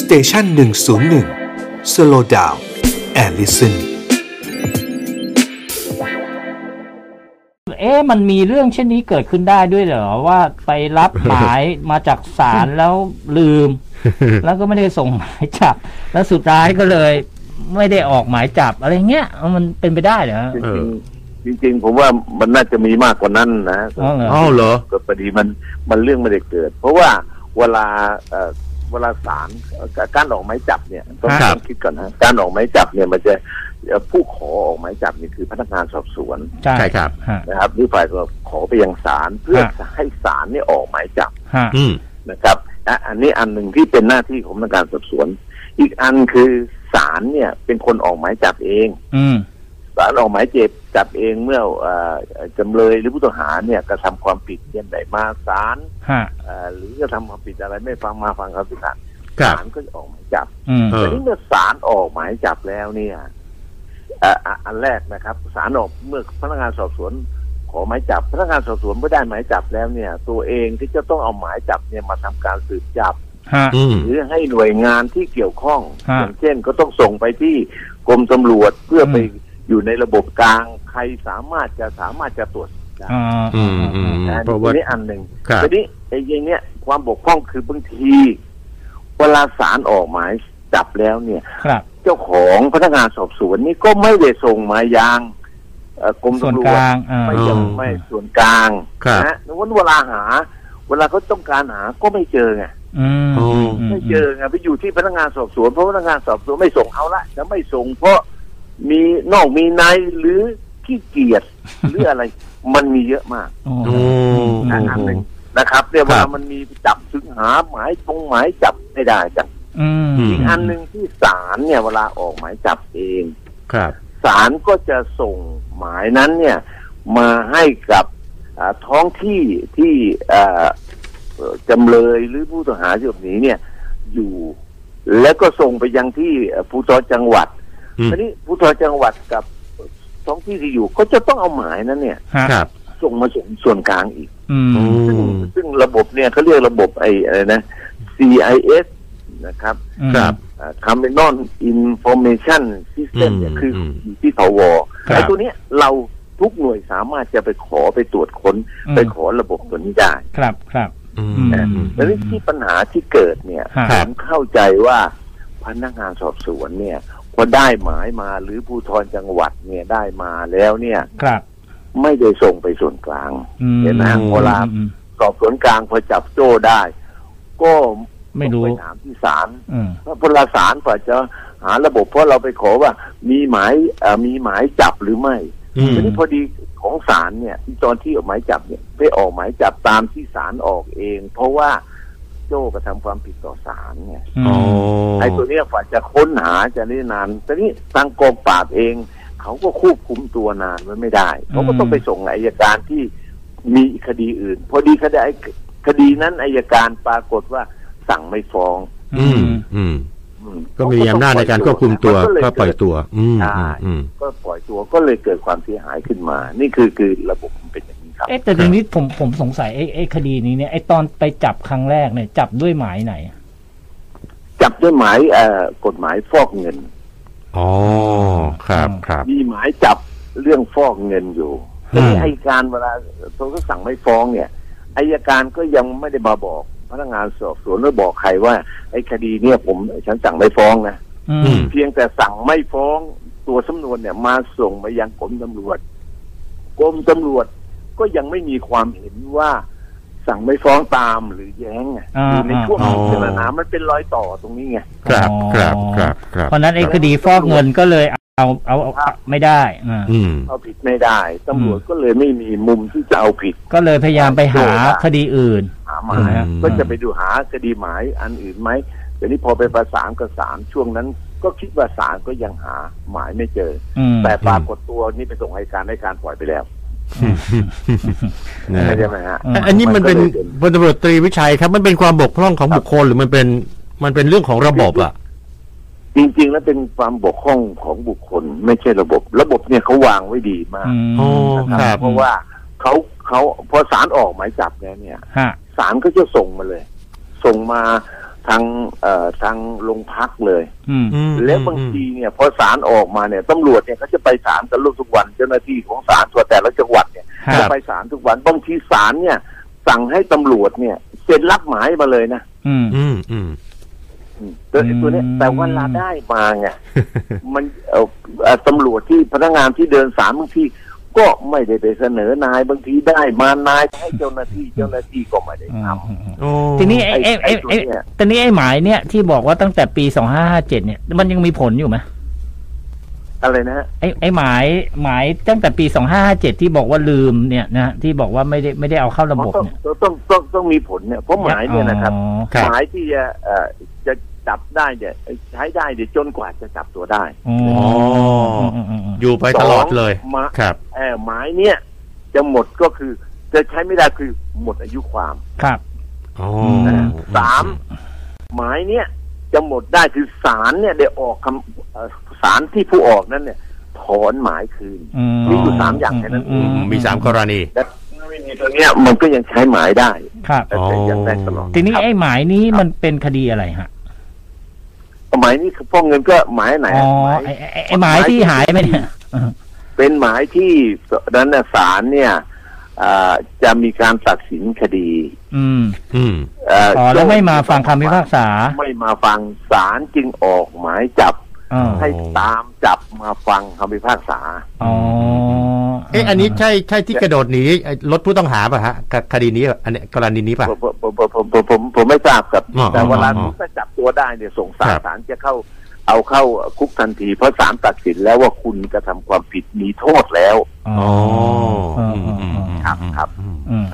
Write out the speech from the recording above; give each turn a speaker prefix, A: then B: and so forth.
A: สเตชันหนึ่งศูนย์หนึ่งสโลดาวแอลลิสัน
B: เอ๊ะมันมีเรื่องเช่นนี้เกิดขึ้นได้ด้วยเหรอว่าไปรับห มายมาจากศาลแล้วลืม แล้วก็ไม่ได้ส่งหมายจับ แล้วสุดท้ายก็เลย ไม่ได้ออกหมายจับอะไรเงี้ยมันเป็นไปได้เหรอ
C: จริง
D: เออ
C: จริงจริง ๆ ผมว่ามันน่าจะมีมากกว่านั้นนะ
B: อ๋อเหรอ
D: อ้าวเหรอ
C: ก็พอดีมันมันเรื่องไม่ได้เกิด เพราะว่าเวลาเอ่อเวลาศาลเอ่อการออกหมายจับเนี่ยต้อง
D: ครับ
C: ต้องคิดก่อนนะการออกหมายจับเนี่ยมันจะเอ่อผู้ขอออกหมายจับนี่คือพนักงานสอบสวน
B: ใช่
D: ใช่ครับ
B: ฮะ
C: นะครับหรือฝ่ายขอไปยังศาลเพื่อ
B: ฮะ
C: ให้ศาลเนี่ยออกหมายจับ
B: ฮะ
D: อืม
C: นะครับอ่ะอันนี้อันหนึ่งที่เป็นหน้าที่ของพนักงานสอบสวน อีกอันคือศาลเนี่ยเป็นคนออกหมายจับเอง
B: อืม
C: ศาลออกหมายเจ็บจับเองเมื่อเอ่อเอ่อจำเลยหรือผู้ต้องหาเนี่ยกระทำความผิดเยี่ยนใดมาศาล
B: ฮะ
C: เอ่อหรือกระทำความผิดอะไรไม่ฟังมาฟังคำพิพากษา
D: ครับ
C: ศาลก็จะออกหมายจับ
B: อืม
D: เอ
C: แต่
D: อ
C: นี่เมื่อศาลออกหมายจับแล้วเนี่ยเอ่ออ่ะอันแรกนะครับศาลออกเมื่อพนักงานสอบสวน ขอหมายจับพนักงานสอบสวนเมื่อได้หมายจับแล้วเนี่ย ตัวเองที่จะต้องเอาหมายจับเนี่ยมาทำการสืบจับ
B: ฮะ
D: อืม
C: หรือให้หน่วยงานที่เกี่ยวข้อง
B: ฮะ
C: อย่างเช่นก็ต้องส่งไปที่กรมตำรวจเพื่ออ
B: ม
C: ไปอยู่ในระบบกลางใครสามารถจะสามารถจะตรวจได้
B: อ่า
D: อืมอืม
C: นะ
D: เพราะว่า
C: อันนี้อันหนึ่ง
D: ครับ
C: ทีนี้ไอ้อยังเนี้ยความบกพร่องคือบางที เวลาศาลออกหมายจับแล้วเนี่ย
B: ครับ
C: เจ้าของพนักงานสอบสวนนี่ก็ไม่ได้ส่งมายังเอ่อกรม
B: ส่วน
C: ตำร
B: ก
C: วจ
B: ลางอ่า
C: ไม่
D: เอ
C: ยั
D: อ
C: งไม่ส่วนกลาง
D: ครับ
C: นะวันเวลาหา เวลาเขาต้องการหาก็ไม่เจอไง
B: อืม
D: โอ้
C: ไม่เจอไงไปอยู่ที่พนักงานสอบสวนเพราะพนักงานสอบสวนไม่ส่งเขาละจะไม่ส่งเพราะมีนอกมีในหรือขี้เกียจหรืออะไร มันมีเยอะมาก
B: โอ้
D: โอ้
C: นะอันหนึ่งนะครับเรียก
D: ค
C: ว่า
D: รับ
C: มันมีจับถึงหาหมายตรงหมายจับไม่ได้จับ
B: อืม
C: อีกอันหนึ่งที่ศาลเนี่ยเวลาออกหมายจับเอง
D: ครับ
C: ศาลก็จะส่งหมายนั้นเนี่ยมาให้กับอ่าท้องที่ที่อ่าเอ่อจำเลยหรือผู้ต้องหาที่หลบหนีเนี่ย อยู่แล้วก็ส่งไปยังที่เอ่อภูธรจังหวัด
D: อืม
C: ทีนี้ภูธรจังหวัดกับท้องที่ที่อยู่ก็จะต้องเอาหมายนั้นเนี่ย
B: ฮะ
D: ครับ
C: ส่งมาส่งส่วนกลางอีก
B: อืม
D: อื
C: ซึ่ง
D: ม
C: ซึ่งระบบเนี่ยเขาเรียกระบบไอ้อะไรนะ CIS นะครับ
D: ครับ
C: ค m เ n o n Information System เนี่ย
D: อืม
C: คืออ
D: ม
C: อยู่ที่สว
D: ครับ
C: ไอ้ตัวเนี้ยเราทุกหน่วยสามารถจะไปขอไปตรวจค้น
B: อืม
C: ไปขอระบบตัวนี้ได้
B: ครับครับ
D: อืม
B: อืม
C: แล้วที่ปัญหาที่เกิดเนี่ย
B: ครับ
C: ผมเข้าใจว่าพนักงานสอบสวนเนี่ยพอได้หมายมาหรือผู้ทรจังหวัดเนี่ยได้มาแล้วเนี่ย
B: ครับ
C: ไม่ได้ส่งไปส่วนกลาง
B: อืม
C: เห็นไหมโบราณ
B: อืม
C: สอบสวนกลางพอจับโจ้ได้ ก็
B: ไม่รู้
C: ต้องปถามที่ศาล
B: อืม
C: เพราะพลศาลกว่าจะหาระบบเพราะเราไปขอว่ามีหมายเอ่อมีหมายจับหรือไม่
D: อืม
C: ทีนี้พอดีของศาลเนี่ยตอนที่ออกหมายจับเนี่ยไปออกหมายจับตามที่ศาลออกเอง เพราะว่าโจ้กระทำความผิดต่อศาลเนี่ย
D: อ๋อ
C: ไอ้ตัวเนี้ยฝ่ายจะค้นหาจะนี่นานแต่นี่ทางกองปราบเอง เขาก็ควบคุมตัวนานไว้ไม่ได้เขาก็
B: อืม
C: ต้องไปส่งอายการที่มีคดีอื่น พอดีคดีคดีนั้นอายการปรากฏว่าสั่งไม่ฟ้อง
D: อืม อืม
C: อื
D: ก็มีอำนาจในการควบคุมตัว
C: น
D: ก็
C: เเด
D: ปล่อยตัว อืมอืมอืม
C: ก็ปล่อยตัวก็เลยเกิดความเสียหายขึ้นมา นี่คือคือระบบมันเป็นอย่างนี้ครับ
B: เอ๊ะแต่
D: ครับ
B: ทีนี้ผมผมสงสัยไอ้ไอ้คดีนี้เนี่ยไอ้ตอนไปจับครั้งแรกเนี่ยจับด้วยหมายไหน
C: จับด้วยหมายเอ่อกฎหมายฟอกเงิน
D: อ๋อ ครับครับ
C: มีหมายจับเรื่องฟอกเงินอยู่
D: อื
C: ที
D: ม
C: นี้อายการเวลาเขาก็สั่งไม่ฟ้องเนี่ยอายการก็ยังไม่ได้มาบอก พนักงานสอบสวนหรือบอกใครว่าไอ้คดีเนี่ยผมฉันสั่งไม่ฟ้องนะ
B: อื
D: อื
B: ม
D: ม
C: เพียงแต่สั่งไม่ฟ้องตัวสำนวนเนี่ยมาส่งมายังกรมตำรวจกรมตำรวจก็ยังไม่มีความเห็นว่าสั่งไม่ฟ้องตามหรือแย้งไงอยู่ในช่วงพิจารณามันเป็นรอยต่อตรงนี้ไง
D: ครับครับครับครับ
B: เพราะฉะนั้นไอ้คดีฟอกเงินก็เลยเอาเอาเอาเอาไม่ได้อ่า
D: อืม
C: เอาผิดไม่ได้ตำรวจก็เลยไม่มีมุมที่จะเอาผิด
B: ก็เลยพยายามไปหาคดีอื่น
C: หาหมาย
D: อืม
C: ก็จะไปดูหาคดีหมายอันอื่นไหมเดี๋ยวนี้พอไปประสานกับศาลช่วงนั้น ก็คิดว่าศาลก็ยังหาหมายไม่เจอ
B: อื
C: อ
B: ม
C: แต่ปรากฏตัวนี่ไปส่งให้การให้การปล่อยไปแล้ว
D: นะ
C: ใช่ไหมฮะ
D: อันอันนี้มันเป็นพลตำรวจตรีวิชัยครับ มันเป็นความบกพร่องของบุคคลหรือมันเป็น มันเป็นเรื่องของระบบอ่ะ
C: จริง ๆ แล้วเป็นความบกพร่องของบุคคล ไม่ใช่ระบบ ระบบเนี่ยเขาวางไว้ดีมาก
B: อืม
D: อ๋อ
C: นะครับ เพราะว่าเขาเขาพอศาลออกหมายจับแล้วเนี่ย
B: ฮะ
C: ศาลก็จะส่งมาเลย ส่งมา ทางเอ่อทางโรงพักเลย
B: อืม
D: อืม
C: แล้วบางทีเนี่ยพอศาลออกมาเนี่ยตำรวจเนี่ยเขาจะไปศาลกันรวทุกวันเจ้าหน้าที่ของศาลตัวแต่ละจังหวัดเนี่ย
B: ครับ
C: จะไปศาลทุกวันบางทีศาลเนี่ย สั่งให้ตำรวจเนี่ยเซ็นรับหมายมาเลยนะ
B: อืม
D: อืมอืม
C: อืมตัว
B: อืม
C: ตัวเนี้ยแต่ว่าเราได้มาไง มันเอ่อเอ่อตำรวจที่พนักงานที่เดินศาลบางทีก็ไม่ได้ไปเสนอนายบางทีได้มานายให้เจ้าหน้าที่เจ้าหน้าที่ก็ไม่ได้ทำ
D: โอ้
B: ทีนี้ไอ้ไอ้ไอ้ไอ้
C: ไอ้ตัวเนี่ย
B: ตอนนี้ไอ้หมายเนี่ยที่บอกว่าตั้งแต่ปีสองห้าห้าเจ็ดเนี่ย มันยังมีผลอยู่ไหม
C: อะไรนะฮะ
B: ไอ้ไอ้หมายหมายตั้งแต่ปีสองห้าห้าเจ็ดที่บอกว่าลืมเนี่ยนะที่บอกว่าไม่ได้ไม่ได้เอาเข้าระบบ
C: ต้อง
B: เนี่ย
C: ต้องต้องต้องมีผลเนี่ยเพราะหมายเนี่ยนะครับ
B: อ๋อ
D: ครับ
C: หมายที่จะเอ่อจะจับได้เนี่ยใช้ได้เดี๋ยวจนกว่าจะจับตัวได้
B: อ๋ออืมอืมอืม
D: อยู่ไปตลอดเลย
C: สงหมา
D: ครับ
C: เอ่อหมายเนี่ยจะหมดก็คือจะใช้ไม่ได้คือหมดอายุความ
B: ครับ
D: อ๋อ
B: อืม
C: สามหมายเนี่ยจะหมดได้คือศาลเนี่ยได้ออกคำเอ่อศาลที่ผู้ออกนั้นเนี่ย ถอนหมายคืน
B: อืม
C: มีอยู่สามอย่างแค่นั้น
D: อืมมีสามกรณี
C: และไม่มีตัวเนี้ยมันก็ยังใช้หมายได้
B: ครับ
C: แต่แต่ยังได้ตลอด
B: ทีนี้
C: ครับ
B: ไอ้หมายนี้มันเป็นคดีอะไรฮะ
C: หมายนี้คือฟ้องเงินก็หมายไหน
B: อ๋อ
C: อะหมาย
B: ไอ้ไอ้ไอ้หมายที่หายไปเนี่ยอืม
C: เป็นหมายที่นั้นน่ะศาลเนี่ยอ่าจะมีการตัดสินคดี
B: อืม
D: อืม
C: เอ่อ
B: อ๋อแล้วไม่มาฟังคำพิพากษา
C: ไม่มาฟังศาลจึงออกหมายจับ
B: อ๋อ
C: ให้ตามจับมาฟังคำพิพากษา
B: อ๋อ
D: เอ๊ะอันนี้ใช่ใช่ที่กระโดดหนีไอ้รถผู้ต้องหาป่ะฮะคคดีนี้อันเนี้ยกรณีนี้ป่ะ
C: ผมผมผมผมผมผมผมไม่ทราบครับ
D: อ๋อ
C: แต่เวลา
D: อ๋ออ๋อ
C: ถ้าจับตัวได้เนี่ยส่งสาร
D: ครับ
C: ศาลจะเข้าเอาเข้าคุกทันที เพราะศาลตัดสินแล้วว่าคุณกระทำความผิดมีโทษแล้ว
B: อ๋อ
D: อ๋อ
B: อืมอืมอืม
C: ครับครับ
D: อืม
B: อืม